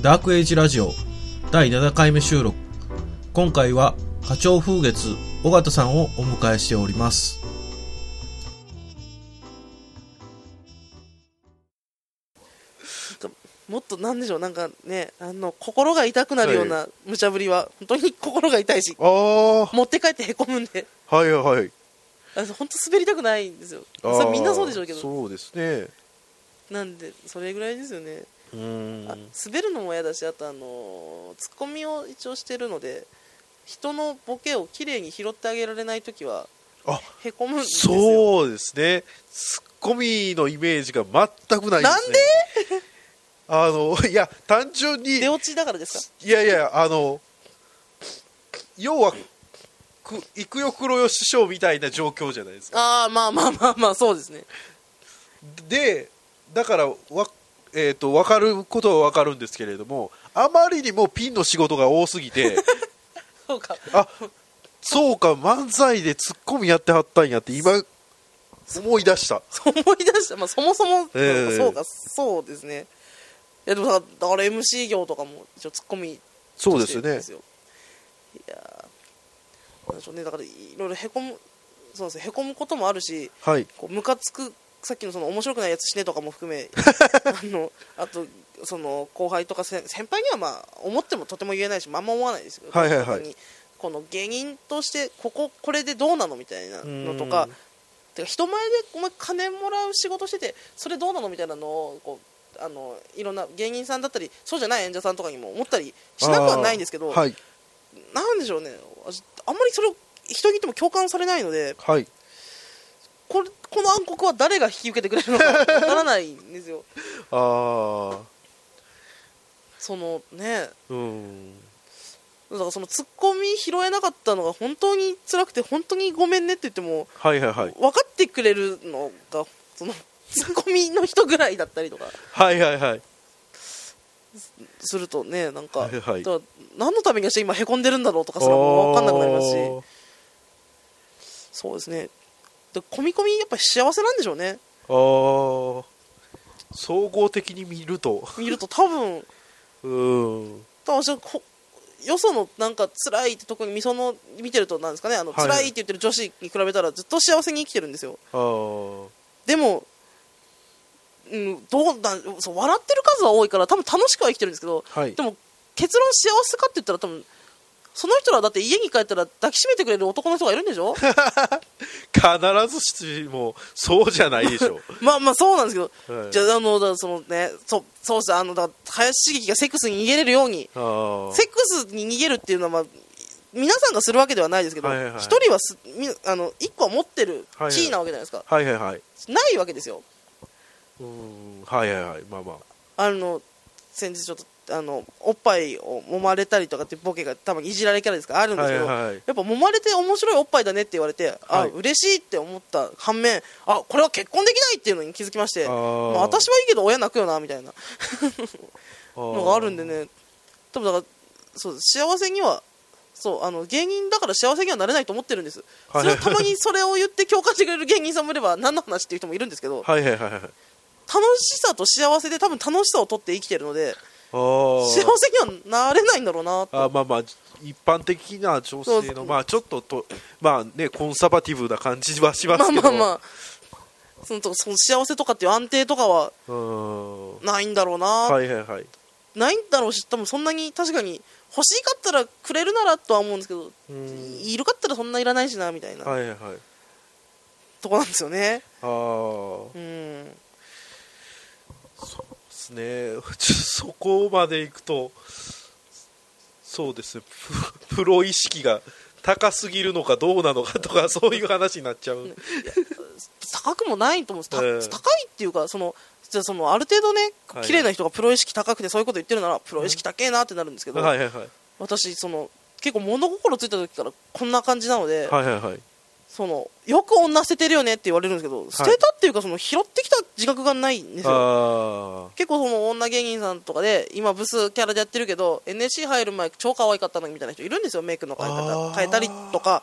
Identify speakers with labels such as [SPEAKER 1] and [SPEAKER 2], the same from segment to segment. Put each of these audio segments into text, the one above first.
[SPEAKER 1] ダークエイジラジオ第7回目収録今回は課長風月尾形さんをお迎えしております
[SPEAKER 2] もっとなんでしょうなんかねあの心が痛くなるような無茶ぶりは本当に心が痛いし
[SPEAKER 3] ああ
[SPEAKER 2] 持って帰ってへこむんで
[SPEAKER 3] はいはいはい
[SPEAKER 2] あの本当滑りたくないんですよ
[SPEAKER 3] あ
[SPEAKER 2] そ
[SPEAKER 3] ー
[SPEAKER 2] れみんなそうでしょうけど
[SPEAKER 3] そうですね
[SPEAKER 2] なんでそれぐらいですよね
[SPEAKER 3] うーん
[SPEAKER 2] あ滑るのも嫌だしあとあのツッコミを一応してるので人のボケをきれいに拾ってあげられない時は
[SPEAKER 3] あ
[SPEAKER 2] へこむんですよ
[SPEAKER 3] そうですねツッコミのイメージが全くないで
[SPEAKER 2] な
[SPEAKER 3] すね
[SPEAKER 2] んで
[SPEAKER 3] あのいや単純に
[SPEAKER 2] 出落ちだからです
[SPEAKER 3] いやいやあの要はく幾代黒義師匠みたいな状況じゃないですか
[SPEAKER 2] かああまあまあまあまあそうですね
[SPEAKER 3] でだからわ、えー、と分かることは分かるんですけれどもあまりにもピンの仕事が多すぎて
[SPEAKER 2] そうか
[SPEAKER 3] あそうか漫才でツッコミやってはったんやって今思い出した
[SPEAKER 2] そう思い出した、まあ、そもそも、
[SPEAKER 3] ええ
[SPEAKER 2] そうかそうですねいやでもさだから MC 業とかも一応ツッコミ
[SPEAKER 3] そう
[SPEAKER 2] と
[SPEAKER 3] で
[SPEAKER 2] して
[SPEAKER 3] す
[SPEAKER 2] るん
[SPEAKER 3] ね
[SPEAKER 2] ですよいやーなんでしょうねだからいろいろへこむそうですねへこむこともあるし
[SPEAKER 3] はい
[SPEAKER 2] こうムカつくさっきのその面白くないやつしねとかも含 めあのあとその後輩とか先先輩にはまあ思ってもとても言えないしまんま思わないですけど、
[SPEAKER 3] はいはいはい
[SPEAKER 2] 本当にこの芸人としてこここれでどうなのみたいなのとか
[SPEAKER 3] うん
[SPEAKER 2] てか人前でお前金もらう仕事しててそれどうなのみたいなのをこうあのいろんな芸人さんだったりそうじゃない演者さんとかにも思ったりしなくはないんですけど、
[SPEAKER 3] あーはい
[SPEAKER 2] なんでしょうね私あんまりそれを人に言っても共感されないので
[SPEAKER 3] はい
[SPEAKER 2] これこの暗黒は誰が引き受けてくれるのかわからないんです よ
[SPEAKER 3] あ
[SPEAKER 2] そのね
[SPEAKER 3] あうん
[SPEAKER 2] だからそのツッコミ拾えなかったのが本当に辛くて本当にごめんねって言っても
[SPEAKER 3] はいはいはい
[SPEAKER 2] 分かってくれるのがそのツッコミの人ぐらいだったりとか
[SPEAKER 3] はいはいはい
[SPEAKER 2] するとねなんか,、
[SPEAKER 3] はいはい
[SPEAKER 2] だから何のためにして今へこんでるんだろうとかそれも分かんなくなりますしそうですねで込み込みやっぱ幸せなんでしょうね
[SPEAKER 3] あーあー総合的に見ると
[SPEAKER 2] 見ると多分
[SPEAKER 3] うん
[SPEAKER 2] 多分私はこよそのなんか辛いって特にみその見てるとなんですかねあの
[SPEAKER 3] はい
[SPEAKER 2] 辛いって言ってる女子に比べたらずっと幸せに生きてるんですよ
[SPEAKER 3] ああ
[SPEAKER 2] でも、うん、どうだそう笑ってる数は多いから多分楽しくは生きてるんですけど
[SPEAKER 3] はい
[SPEAKER 2] でも結論幸せかって言ったら多分その人らだって家に帰ったら抱きしめてくれる男の人がいるんでし ょ
[SPEAKER 3] 必ずしもそうじゃないでし ょ
[SPEAKER 2] まあまあそうなんですけど
[SPEAKER 3] はい
[SPEAKER 2] じゃあ、あの、だからそのね、そそうした、あの、だから林茂樹がセックスに逃げれるように、
[SPEAKER 3] あー
[SPEAKER 2] セックスに逃げるっていうのは、まあ、皆さんがするわけではないですけど、一、
[SPEAKER 3] はいはいはい
[SPEAKER 2] 人はすみあの一個は持ってる
[SPEAKER 3] はいはい
[SPEAKER 2] 地位なわけじゃないですか、
[SPEAKER 3] はいはいはい
[SPEAKER 2] ないわけですよ。
[SPEAKER 3] うんはいはいはいまあまあ
[SPEAKER 2] あの、先日ちょっと、あの、おっぱいを揉まれたりとかってボケが多分いじられキャラですからあるんですけど、
[SPEAKER 3] はいはいはい
[SPEAKER 2] やっぱ揉まれて面白いおっぱいだねって言われて、あ
[SPEAKER 3] はい
[SPEAKER 2] 嬉しいって思った反面あこれは結婚できないっていうのに気づきまして
[SPEAKER 3] あ
[SPEAKER 2] ま
[SPEAKER 3] ー
[SPEAKER 2] あ、私はいいけど親泣くよなみたいなの
[SPEAKER 3] の
[SPEAKER 2] があるんでね多分だからそう幸せにはそうあの芸人だから幸せにはなれないと思ってるんです
[SPEAKER 3] は
[SPEAKER 2] そ
[SPEAKER 3] い
[SPEAKER 2] れをたまにそれを言って共感してくれる芸人さんもいれば何の話っていう人もいるんですけ ど楽
[SPEAKER 3] はいはいはいはいあ
[SPEAKER 2] しさと幸せで多分楽しさを取って生きてるので幸
[SPEAKER 3] ー
[SPEAKER 2] せにはなれないんだろうな
[SPEAKER 3] あ
[SPEAKER 2] と
[SPEAKER 3] まあまあ一般的な女性
[SPEAKER 2] そう
[SPEAKER 3] のまあちょっととまあねコンサバティブな感じはしますけど
[SPEAKER 2] まあまあまあそのとその幸せとかっていう安定とかは
[SPEAKER 3] うーん
[SPEAKER 2] ないんだろうな、
[SPEAKER 3] はいはいはい
[SPEAKER 2] ないんだろうし多分そんなに確かに欲しかったらくれるならとは思うんですけど
[SPEAKER 3] うん
[SPEAKER 2] いるかったらそんないらないしなみたいな、
[SPEAKER 3] はいはいはい
[SPEAKER 2] とこなんですよね
[SPEAKER 3] ああ
[SPEAKER 2] うん
[SPEAKER 3] ですねちょそこまで行くとそうですねプ プロ意識が高すぎるのかどうなのかとか そういう話になっちゃう
[SPEAKER 2] 高くもないと思うんです、た
[SPEAKER 3] ええ
[SPEAKER 2] 高いっていうかそのじゃあそのある程度ね
[SPEAKER 3] はい
[SPEAKER 2] 綺麗な人がプロ意識高くてそういうこと言ってるならプロ意識高えなってなるんですけど、
[SPEAKER 3] はいはいはい
[SPEAKER 2] 私その結構物心ついた時からこんな感じなので、
[SPEAKER 3] はいはいはい
[SPEAKER 2] そのよく女捨ててるよねって言われるんですけど捨てたっていうかその拾ってきた自覚がないんですよ
[SPEAKER 3] あ
[SPEAKER 2] 結構その女芸人さんとかで今ブスキャラでやってるけど NSC 入る前超可愛かったのにみたいな人いるんですよメイクの変え
[SPEAKER 3] あ
[SPEAKER 2] 方
[SPEAKER 3] ー
[SPEAKER 2] 変えたりとか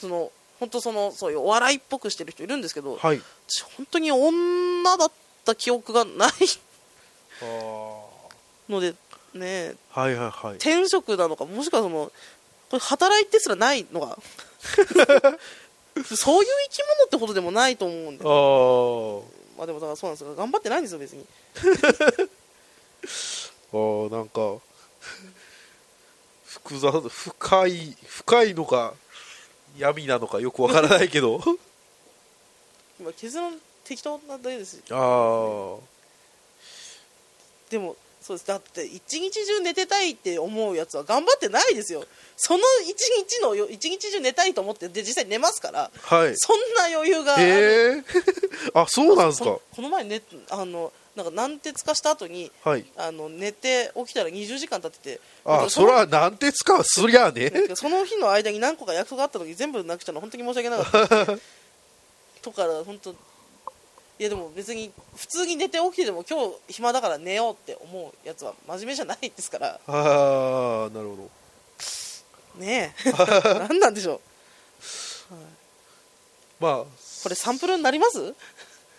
[SPEAKER 2] その本当そのそういうお笑いっぽくしてる人いるんですけど、
[SPEAKER 3] あはい
[SPEAKER 2] 私本当に女だった記憶がない
[SPEAKER 3] ああ
[SPEAKER 2] のでねえ
[SPEAKER 3] はいはいはい
[SPEAKER 2] 転職なのかもしくはそのこれ働いてすらないのがそういう生き物ってほどでもないと思うんで
[SPEAKER 3] あー
[SPEAKER 2] まあでもだからそうなんですよ頑張ってないんですよ別に
[SPEAKER 3] あーなんか複雑深い深いのか闇なのかよくわからないけど
[SPEAKER 2] まあ結論適当なだけですし
[SPEAKER 3] ああ
[SPEAKER 2] でもそうですだって一日中寝てたいって思うやつは頑張ってないですよその一日のよ一日中寝たいと思ってで実際寝ますから
[SPEAKER 3] はい
[SPEAKER 2] そんな余裕がある
[SPEAKER 3] へえ あそうなんですか
[SPEAKER 2] ここの前ねあのなんか軟鉄化した後に
[SPEAKER 3] はい
[SPEAKER 2] あの寝て起きたら20時間経ってて
[SPEAKER 3] あそ
[SPEAKER 2] の
[SPEAKER 3] らなんて使うすりゃあね
[SPEAKER 2] なんかその日の間に何個か約束があった時全部なくちゃの本当に申し訳なかったで すねとから本当いやでも別に普通に寝て起きてでも今日暇だから寝ようって思うやつは真面目じゃないですから
[SPEAKER 3] ああなるほど
[SPEAKER 2] ね え何なんでしょう
[SPEAKER 3] まあ
[SPEAKER 2] これサンプルになります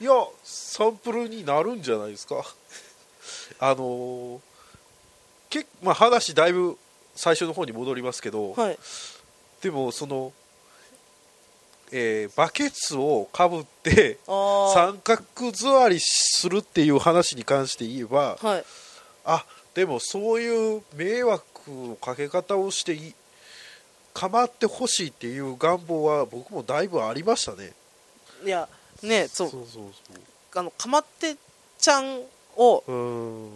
[SPEAKER 3] いやサンプルになるんじゃないですか あのーけまあ、話だいぶ最初の方に戻りますけど、
[SPEAKER 2] はい
[SPEAKER 3] でもその、えーバケツをかぶって
[SPEAKER 2] あ
[SPEAKER 3] 三角座りするっていう話に関して言えば
[SPEAKER 2] あはい
[SPEAKER 3] あでもそういう迷惑のかけ方をしてい構ってほしいっていう願望は僕もだいぶありましたね
[SPEAKER 2] いやねえそう
[SPEAKER 3] そうそう
[SPEAKER 2] あのかまってちゃんを
[SPEAKER 3] そううん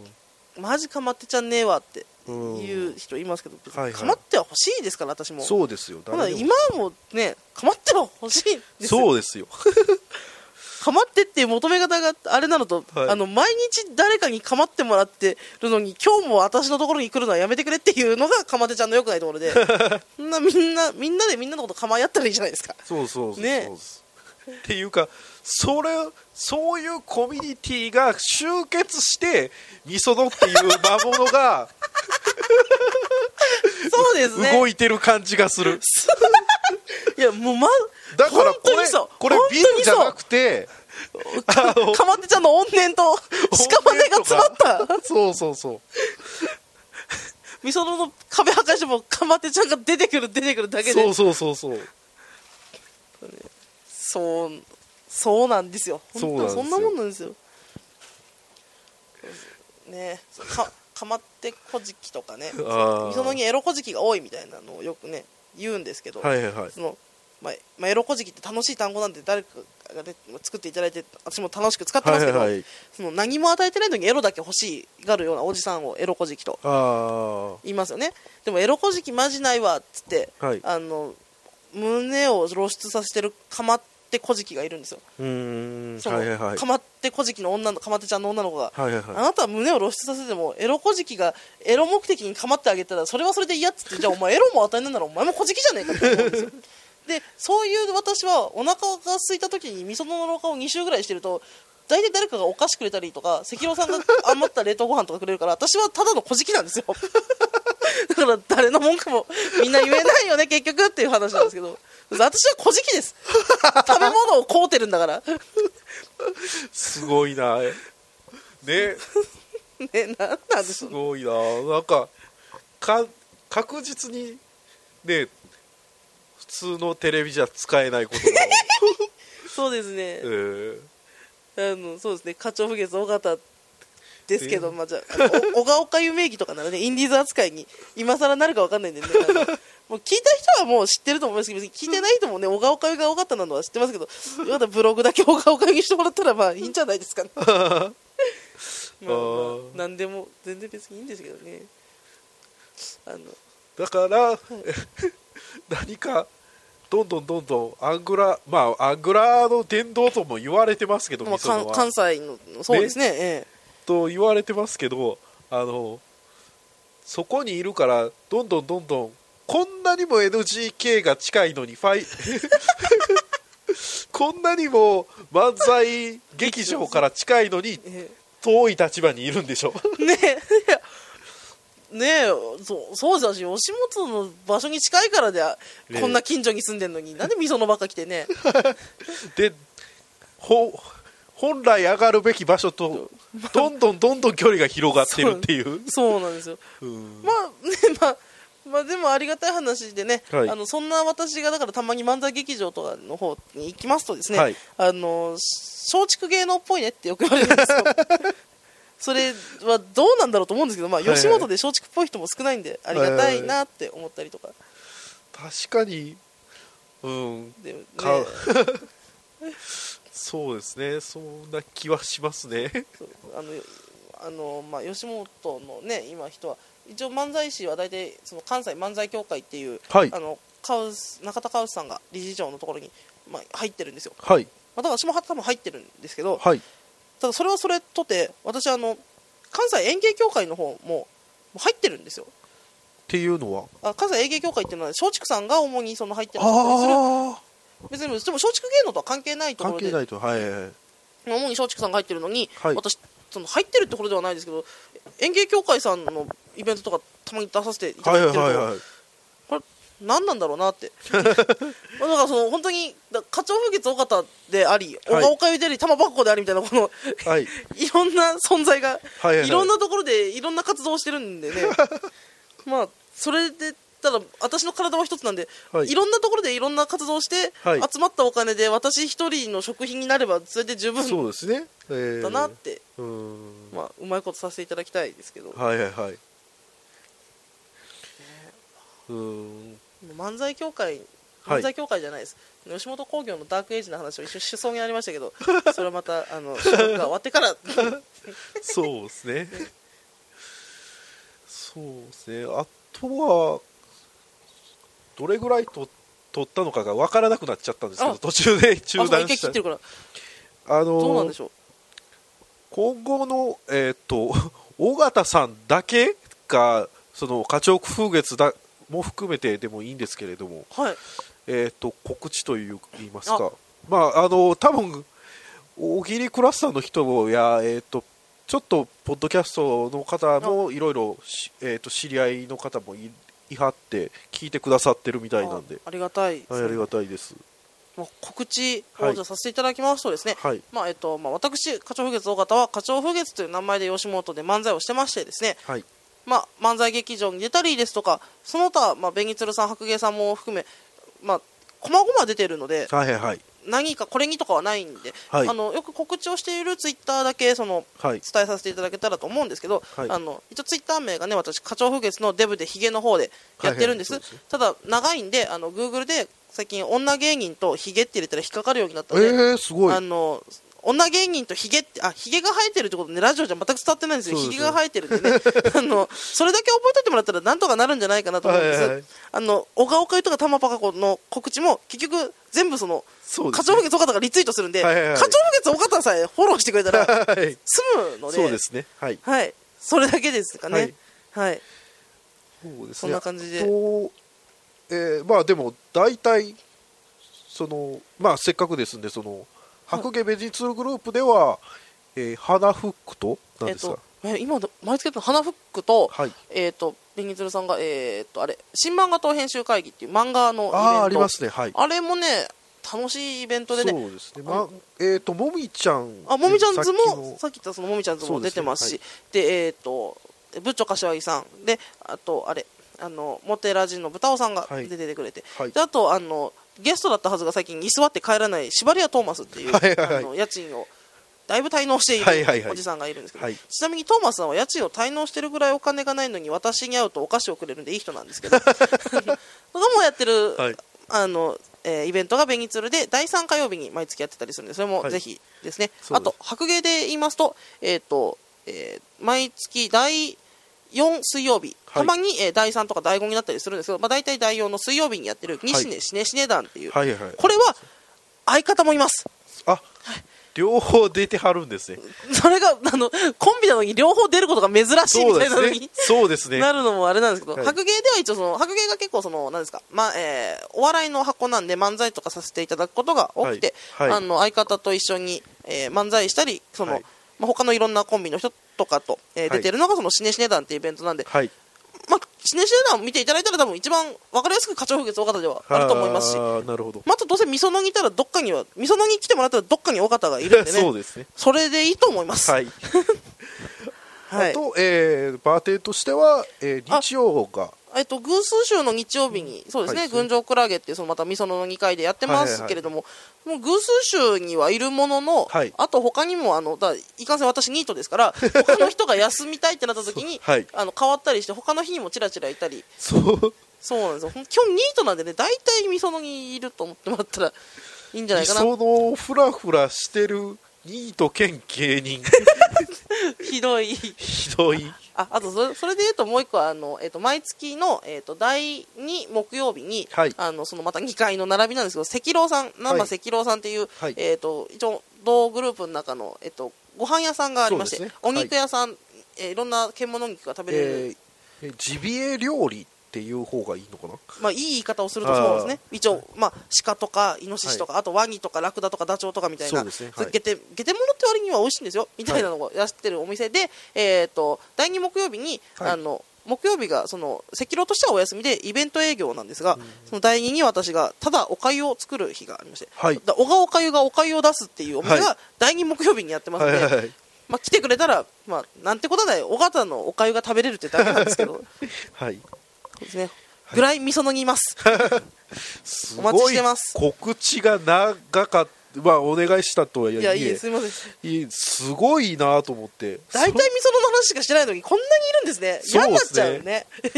[SPEAKER 2] マジかまってちゃんねえわって
[SPEAKER 3] うん
[SPEAKER 2] いう人いますけど、別に
[SPEAKER 3] はいはい
[SPEAKER 2] かまっては欲しいですから私も
[SPEAKER 3] そうですよ
[SPEAKER 2] ほな
[SPEAKER 3] 誰でも
[SPEAKER 2] 今はもうねかまっては欲しいんですよ
[SPEAKER 3] そうですよ
[SPEAKER 2] かまってっていう求め方があれなのと、
[SPEAKER 3] はい
[SPEAKER 2] あの毎日誰かにかまってもらってるのに今日も私のところに来るのはやめてくれっていうのがかまってちゃんの良くないところ でそんなみんなみんなでみんなのことかまい合ったらいいじゃないですか
[SPEAKER 3] そうそうそうそう
[SPEAKER 2] ね
[SPEAKER 3] ですっていうかそれそういうコミュニティが集結してみそのっていう魔物が
[SPEAKER 2] そうです ね
[SPEAKER 3] 動いてる感じがする
[SPEAKER 2] いやもうま
[SPEAKER 3] だからこ
[SPEAKER 2] 本当
[SPEAKER 3] れ
[SPEAKER 2] にそう
[SPEAKER 3] これ
[SPEAKER 2] 本当
[SPEAKER 3] ビ
[SPEAKER 2] に
[SPEAKER 3] ルじゃなくてあの
[SPEAKER 2] かまってちゃんの怨念 と屍が詰まった
[SPEAKER 3] そうそうそう
[SPEAKER 2] みそのの壁破壊してもかまってちゃんが出てくる出てくるだけで
[SPEAKER 3] そうそうそうそう
[SPEAKER 2] そうそうなんですよ本当に
[SPEAKER 3] そう
[SPEAKER 2] そ
[SPEAKER 3] なんですよ
[SPEAKER 2] んなもんなんですよねえかかまってこじきとかね
[SPEAKER 3] あー
[SPEAKER 2] みそのにエロこじきが多いみたいなのをよくね言うんですけど、
[SPEAKER 3] はいはいはい
[SPEAKER 2] そのまあまあ、エロこじきって楽しい単語なんで誰かが、ね、作っていただいて私も楽しく使って
[SPEAKER 3] は
[SPEAKER 2] ま
[SPEAKER 3] い
[SPEAKER 2] すけ
[SPEAKER 3] はい
[SPEAKER 2] ど、
[SPEAKER 3] はい
[SPEAKER 2] その何も与えてないのにエロだけ欲しがるようなおじさんをエロこじきと
[SPEAKER 3] あ
[SPEAKER 2] 言いますよねでもエロこじきマジないわっつって、
[SPEAKER 3] はい
[SPEAKER 2] あの胸を露出させてるかまってこじきがいるんですよ
[SPEAKER 3] ーうー
[SPEAKER 2] そ
[SPEAKER 3] ん
[SPEAKER 2] の
[SPEAKER 3] はいはいはい
[SPEAKER 2] かまってこじきの女のかまってちゃんの女の子が、
[SPEAKER 3] はいはい
[SPEAKER 2] あ
[SPEAKER 3] は
[SPEAKER 2] なたは胸を露出させてもエロこじきがエロ目的にかまってあげたらそれはそれで嫌っつってじゃあお前エロも与えないならお前もこじきじゃねえかって思うん ですよでそういう私はお腹が空いた時に味噌の老化を2週ぐらいしてると大体誰かがお菓子くれたりとか赤色さんが余った冷凍ご飯とかくれるから私はただのこじきなんです よだから誰の文句もみんな言えないよね結局っていう話なんですけ ど私はこじきです食べ物を買うてるんだから
[SPEAKER 3] いすごいなね
[SPEAKER 2] ね、なんなんでし
[SPEAKER 3] す
[SPEAKER 2] ょう
[SPEAKER 3] ごいななんかか確実にね普通のテレビじゃ使えないことが、
[SPEAKER 2] そうですね
[SPEAKER 3] え。ー
[SPEAKER 2] あの、そうですね。課長不月尾形ですけど、
[SPEAKER 3] え
[SPEAKER 2] まあ、じゃあ、あのお 小岡夢記とかならね、インディーズ扱いに今更なるかわかんないんでね。あのもう聞いた人はもう知ってると思いますけど、別に聞いてない人もね、小岡ゆが尾形なのは知ってますけど、よかったらブログだけ小岡ゆにしてもらった ら、まあいいんじゃないですかね。まあまあ
[SPEAKER 3] ー
[SPEAKER 2] なんでも、全然別にいいんですけどね。あの、
[SPEAKER 3] だから、 何かどんどんどんどんアングラまあアングラの伝道とも言われてますけど、
[SPEAKER 2] まあ、
[SPEAKER 3] みその
[SPEAKER 2] 関
[SPEAKER 3] は
[SPEAKER 2] 関西の、そうですね、ええ。
[SPEAKER 3] と言われてますけどあのそこにいるからどんどんどんどんこんなにも NGK が近いのにファイ こんなにも漫才劇場から近いのに
[SPEAKER 2] ええ
[SPEAKER 3] 遠い立場にいるんでしょ
[SPEAKER 2] ねえ いやねえそうそうだし吉本の場所に近いからで
[SPEAKER 3] ねえ
[SPEAKER 2] こんな 近所に住んでんのになんでみそのばっか来てね
[SPEAKER 3] でほ本来上がるべき場所とどんどんどんどん距離が広がってるっていう
[SPEAKER 2] そうなんですよ
[SPEAKER 3] うん
[SPEAKER 2] まあ ねまあまあでもありがたい話でね、
[SPEAKER 3] はい
[SPEAKER 2] あのそんな私がだからたまに漫才劇場とかの方に行きますとですね、
[SPEAKER 3] はい
[SPEAKER 2] あの松竹芸能っぽいねってよく言われるんです よそれはどうなんだろうと思うんですけど、まあ、
[SPEAKER 3] はいはい
[SPEAKER 2] 吉本で松竹っぽい人も少ないんでありがたいなって思ったりとか、
[SPEAKER 3] 確かにうん
[SPEAKER 2] でね
[SPEAKER 3] かそうですねそんな気はしますね
[SPEAKER 2] そうあのあのまあ、吉本のね今人は一応漫才師は大体その関西漫才協会っていう、
[SPEAKER 3] はい
[SPEAKER 2] あのカウス中田カウスさんが理事長のところに、まあ、入ってるんですよ
[SPEAKER 3] はい
[SPEAKER 2] また私も多分入ってるんですけど、
[SPEAKER 3] はい
[SPEAKER 2] ただそれはそれとて私あの関西演芸協会の方ももう入ってるんですよ
[SPEAKER 3] っていうのは
[SPEAKER 2] あ関西演芸協会っていうのは松竹さんが主にその入ってるんですけど
[SPEAKER 3] ああ
[SPEAKER 2] 別にでも松竹芸能とは関係ないとこ
[SPEAKER 3] 関
[SPEAKER 2] ろ
[SPEAKER 3] 係
[SPEAKER 2] で
[SPEAKER 3] ないとはいはいはい
[SPEAKER 2] 主に松竹さんが入ってるのに、
[SPEAKER 3] はい
[SPEAKER 2] 私その入ってるってことではないですけど演芸協会さんのイベントとかたまに出させていた
[SPEAKER 3] は
[SPEAKER 2] だい
[SPEAKER 3] い
[SPEAKER 2] て
[SPEAKER 3] は
[SPEAKER 2] る
[SPEAKER 3] い
[SPEAKER 2] と、
[SPEAKER 3] はいはい
[SPEAKER 2] これ何なんだろうなって まあだからその本当にだ課長風月尾形であり
[SPEAKER 3] は
[SPEAKER 2] 小
[SPEAKER 3] い
[SPEAKER 2] 川かゆであり玉箱でありみたいなこの
[SPEAKER 3] はい
[SPEAKER 2] いろんな存在が、
[SPEAKER 3] はい
[SPEAKER 2] い
[SPEAKER 3] はい
[SPEAKER 2] ろんなところでいろんな活動をしてるん でねまあそれでただ私の体は一つなんで、
[SPEAKER 3] はい
[SPEAKER 2] い、ろんなところでいろんな活動をして、
[SPEAKER 3] はい
[SPEAKER 2] 集まったお金で私一人の食品になればそれで十分
[SPEAKER 3] そうですねえー
[SPEAKER 2] だなって、
[SPEAKER 3] うん
[SPEAKER 2] まあ、うまいことさせていただきたいですけど、
[SPEAKER 3] はいはいはいうん
[SPEAKER 2] 漫才協会
[SPEAKER 3] はい
[SPEAKER 2] 漫才協会じゃないです、吉本興業のダークエイジの話を一瞬しそうにありましたけど それはまたあの収録が終わってから
[SPEAKER 3] そうですね。そうですね。あとは、どれぐらいと取ったのかが分からなくなっちゃったんですけど、
[SPEAKER 2] あ
[SPEAKER 3] 途中で
[SPEAKER 2] あ
[SPEAKER 3] 中
[SPEAKER 2] そう一
[SPEAKER 3] 断
[SPEAKER 2] 回
[SPEAKER 3] し
[SPEAKER 2] 切って
[SPEAKER 3] た。
[SPEAKER 2] るから
[SPEAKER 3] あ
[SPEAKER 2] どうなん
[SPEAKER 3] の
[SPEAKER 2] でしょう
[SPEAKER 3] 今後の、えーっと、 尾形さんだけが、その、課長風月だも含めてでもいいんですけれども、
[SPEAKER 2] はい
[SPEAKER 3] えーっと、告知という言いますか、まあ、あの、多分大喜利クラスターの人や、えー、とちょっとポッドキャストの方もいろいろし、えー、と知り合いの方もいいはって聞いてくださってるみたいなんで
[SPEAKER 2] あありがたいですね
[SPEAKER 3] はいありがたいです
[SPEAKER 2] まあ、告知
[SPEAKER 3] は
[SPEAKER 2] を
[SPEAKER 3] い
[SPEAKER 2] じゃあさせていただきますとですね、
[SPEAKER 3] はい
[SPEAKER 2] まあえっとまあ、私、課長風月大方は課長風月という名前で吉本で漫才をしてましてですね、
[SPEAKER 3] はい
[SPEAKER 2] まあ、漫才劇場に出たりですとかその他、まあ、紅鶴さん、白芸さんも含め、まあ、こまごま出てるので
[SPEAKER 3] はいはいはい
[SPEAKER 2] 何かこれにとかはないんで、
[SPEAKER 3] はい
[SPEAKER 2] あのよく告知をしているツイッターだけその
[SPEAKER 3] はい
[SPEAKER 2] 伝えさせていただけたらと思うんですけど、
[SPEAKER 3] はい
[SPEAKER 2] あの一応ツイッター名がね私課長風月のデブでヒゲの方でやってるんです,、
[SPEAKER 3] はいはいそうで
[SPEAKER 2] ただ長いんであの Google で最近女芸人とヒゲって入れたら引っかかるようになったの
[SPEAKER 3] え
[SPEAKER 2] で、
[SPEAKER 3] ー、すごい
[SPEAKER 2] あの女芸人とヒゲってあヒゲが生えてるってことねラジオじゃ全く伝わってないんですよ
[SPEAKER 3] そうで
[SPEAKER 2] ヒ
[SPEAKER 3] す
[SPEAKER 2] ゲが生えてるんでね あのそれだけ覚えといてもらったらなんとかなるんじゃないかなと思うんです、
[SPEAKER 3] はいはいはい
[SPEAKER 2] あの小川かゆとか玉パカ子の告知も結局全部その
[SPEAKER 3] そうで
[SPEAKER 2] 課
[SPEAKER 3] すね
[SPEAKER 2] 長月岡田がリツイートするんで、
[SPEAKER 3] はいはいはい
[SPEAKER 2] 課長月岡田さえフォローしてくれた ら
[SPEAKER 3] はい
[SPEAKER 2] 済むので
[SPEAKER 3] そうですねはい
[SPEAKER 2] はい、それだけですかねはい、
[SPEAKER 3] そうですね
[SPEAKER 2] そんな感じで
[SPEAKER 3] あとえーまあでも大体そのまあせっかくですんでその白毛ベジツルグループでは、えー、花フックと何
[SPEAKER 2] えっ、
[SPEAKER 3] ですか
[SPEAKER 2] と、え今の毎月の花フックと、
[SPEAKER 3] はい
[SPEAKER 2] えっ、とベニズルさんがえっ、とあれ新漫画党編集会議っていう漫画のイベント
[SPEAKER 3] ああありますねはい
[SPEAKER 2] あれもね、楽しいイベントでね、
[SPEAKER 3] そうですね、ま、えっ、ともみちゃん
[SPEAKER 2] あもみちゃんズ
[SPEAKER 3] さっ
[SPEAKER 2] も
[SPEAKER 3] きの
[SPEAKER 2] さっき言ったそのもみちゃんズ
[SPEAKER 3] そう
[SPEAKER 2] も出
[SPEAKER 3] ですね
[SPEAKER 2] てますし、で,、えっ、と部長柏木さんで、あとあれあのモテラジの豚尾さんが
[SPEAKER 3] はい
[SPEAKER 2] 出てくれて、
[SPEAKER 3] はい
[SPEAKER 2] であとあのゲストだったはずが最近居座って帰らないシバリアトーマスっていう、
[SPEAKER 3] はいはいはい
[SPEAKER 2] あの家賃をだいぶ滞納している
[SPEAKER 3] はいはいはい
[SPEAKER 2] おじさんがいるんですけど、
[SPEAKER 3] はい
[SPEAKER 2] ちなみにトーマスさんは家賃を滞納してるぐらいお金がないのに私に会うとお菓子をくれるんでいい人なんですけ どそこもやってる、
[SPEAKER 3] はい
[SPEAKER 2] あの、えーイベントがベニツルで第3火曜日に毎月やってたりするんでそれ
[SPEAKER 3] は
[SPEAKER 2] も
[SPEAKER 3] い
[SPEAKER 2] ぜひですね、
[SPEAKER 3] そう
[SPEAKER 2] あ
[SPEAKER 3] です
[SPEAKER 2] と白芸で言いますと,、えーとえー毎月第4水曜日、た
[SPEAKER 3] はい
[SPEAKER 2] まに、えー第3とか第5になったりするんですけど、まあ、大体第4の水曜日にやってる西根シネシネ団っていう、
[SPEAKER 3] はいはい
[SPEAKER 2] これは相方もいます
[SPEAKER 3] あ両方出てはるんですね
[SPEAKER 2] それがあのコンビなのに両方出ることが珍しい
[SPEAKER 3] そ
[SPEAKER 2] み
[SPEAKER 3] う
[SPEAKER 2] た
[SPEAKER 3] で
[SPEAKER 2] いなの
[SPEAKER 3] す
[SPEAKER 2] に、
[SPEAKER 3] ねそうですね
[SPEAKER 2] なるのもあれなんですけど、
[SPEAKER 3] はい
[SPEAKER 2] 白芸では一応その白芸が結構そのなんですか、まあえーお笑いの箱なんで漫才とかさせていただくことが多くて、
[SPEAKER 3] はいはい
[SPEAKER 2] あの相方と一緒に、えー漫才したりその、
[SPEAKER 3] はい
[SPEAKER 2] まあ、他のいろんなコンビの人とかと、えー
[SPEAKER 3] はい
[SPEAKER 2] 出てるのがそのシネシネ団っていうイベントなんで、
[SPEAKER 3] はい
[SPEAKER 2] まあ、シネシネ団見ていただいたら多分一番分かりやすく課長風月尾形ではあると思いますし、
[SPEAKER 3] あーなるほど、
[SPEAKER 2] まあ、あとどうせみそのにいたらどっかには、みそのに来てもらったらどっかに尾形がいるんでね、
[SPEAKER 3] そ
[SPEAKER 2] そう
[SPEAKER 3] ですね
[SPEAKER 2] れでいいと思います。
[SPEAKER 3] はい、
[SPEAKER 2] はい
[SPEAKER 3] あと、えーバーテンとしては、えー日曜が
[SPEAKER 2] えっと、偶数週の日曜日に、そうですね、
[SPEAKER 3] はい
[SPEAKER 2] 群青クラゲっていう、そのまたみそのの2回でやってますけれども、もう偶数週にはいるものの、
[SPEAKER 3] はい
[SPEAKER 2] あと他にも、あの、だいかんせん私ニートです から、他の人が休みたいってなった時に、
[SPEAKER 3] そうはい
[SPEAKER 2] あの変わったりして、他の日にもチラチラいたり、
[SPEAKER 3] そう
[SPEAKER 2] そうなんですよ。ほん基本ニートなんでね、大体みそのにいると思ってもらったらいいんじゃないかな。
[SPEAKER 3] そのフラフラしてるニート兼芸人
[SPEAKER 2] ひどい。
[SPEAKER 3] ひ どい
[SPEAKER 2] ああとそれそれで言うともう一個はあの、えっと毎月の、えっと第2木曜日に、
[SPEAKER 3] はい
[SPEAKER 2] あのそのまた2階の並びなんですけど赤狼さん難波
[SPEAKER 3] はい
[SPEAKER 2] 赤狼さんっていう、
[SPEAKER 3] はい
[SPEAKER 2] えっと一応同グループの中の、えっとご飯屋さんがありまして、
[SPEAKER 3] そうですね
[SPEAKER 2] お肉屋さん、えーいろんな獣肉が食べれる、
[SPEAKER 3] えージビエ料理っていう方がいいのかな
[SPEAKER 2] まあ、いい言い方をするとそうですね一応、まあ、鹿とかイノシシとか、あとワニとかラクダとかダチョウとかみたいな
[SPEAKER 3] そうですねはい
[SPEAKER 2] ゲテゲテモノって割には美味しいんですよみたいなのを出してるお店で、えー、と第2木曜日に、
[SPEAKER 3] はい
[SPEAKER 2] あの木曜日がその赤狼としてはお休みでイベント営業なんですが、その第2に私がただお粥を作る日がありまして、
[SPEAKER 3] はい
[SPEAKER 2] だ小川お粥がお粥を出すっていうお店
[SPEAKER 3] は
[SPEAKER 2] が第2木曜日にやってますの
[SPEAKER 3] は
[SPEAKER 2] で、
[SPEAKER 3] いはいはい
[SPEAKER 2] まあ、来てくれたら、まあ、なんてことはない尾形のお粥が食べれるってだけなんですけ ど
[SPEAKER 3] はい
[SPEAKER 2] そうですねぐらいみそのにいます。
[SPEAKER 3] す
[SPEAKER 2] お
[SPEAKER 3] ご
[SPEAKER 2] 待ちし
[SPEAKER 3] い
[SPEAKER 2] てます
[SPEAKER 3] 告知が長かったまあお願いしたとはいえ
[SPEAKER 2] いやいいすみません
[SPEAKER 3] いいすごいなと思って
[SPEAKER 2] 大体みその話しかしてないのにこんなにいるんですね嫌になっちゃうね
[SPEAKER 3] 普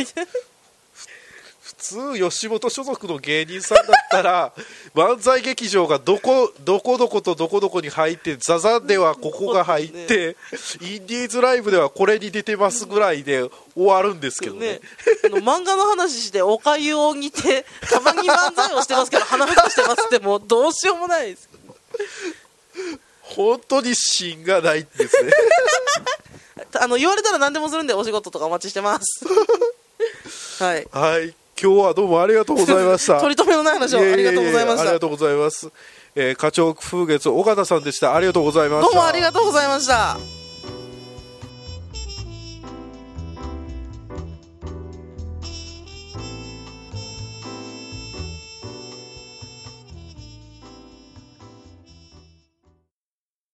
[SPEAKER 3] 通吉本所属の芸人さんだっ たら漫才劇場がどこどこどことどこどこに入ってザザではここが入って、インディーズライブではこれに出てますぐらいで終わるんですけどね
[SPEAKER 2] ねあの漫画の話しておかゆを煮てたまに漫才をしてますけど鼻ふかしてますってもうどうしようもないです
[SPEAKER 3] 本当に芯がないんですね
[SPEAKER 2] あの言われたら何でもするんでお仕事とかお待ちしてます はい
[SPEAKER 3] はい今日はどうもありがとうございました
[SPEAKER 2] 取り留めのない話を
[SPEAKER 3] ええええ
[SPEAKER 2] ありがとうございま
[SPEAKER 3] あ
[SPEAKER 2] し
[SPEAKER 3] り
[SPEAKER 2] た
[SPEAKER 3] が
[SPEAKER 2] ど
[SPEAKER 3] とうございます、えー、課長風月尾形さんでしたありがとうございました
[SPEAKER 2] うもありがとうございました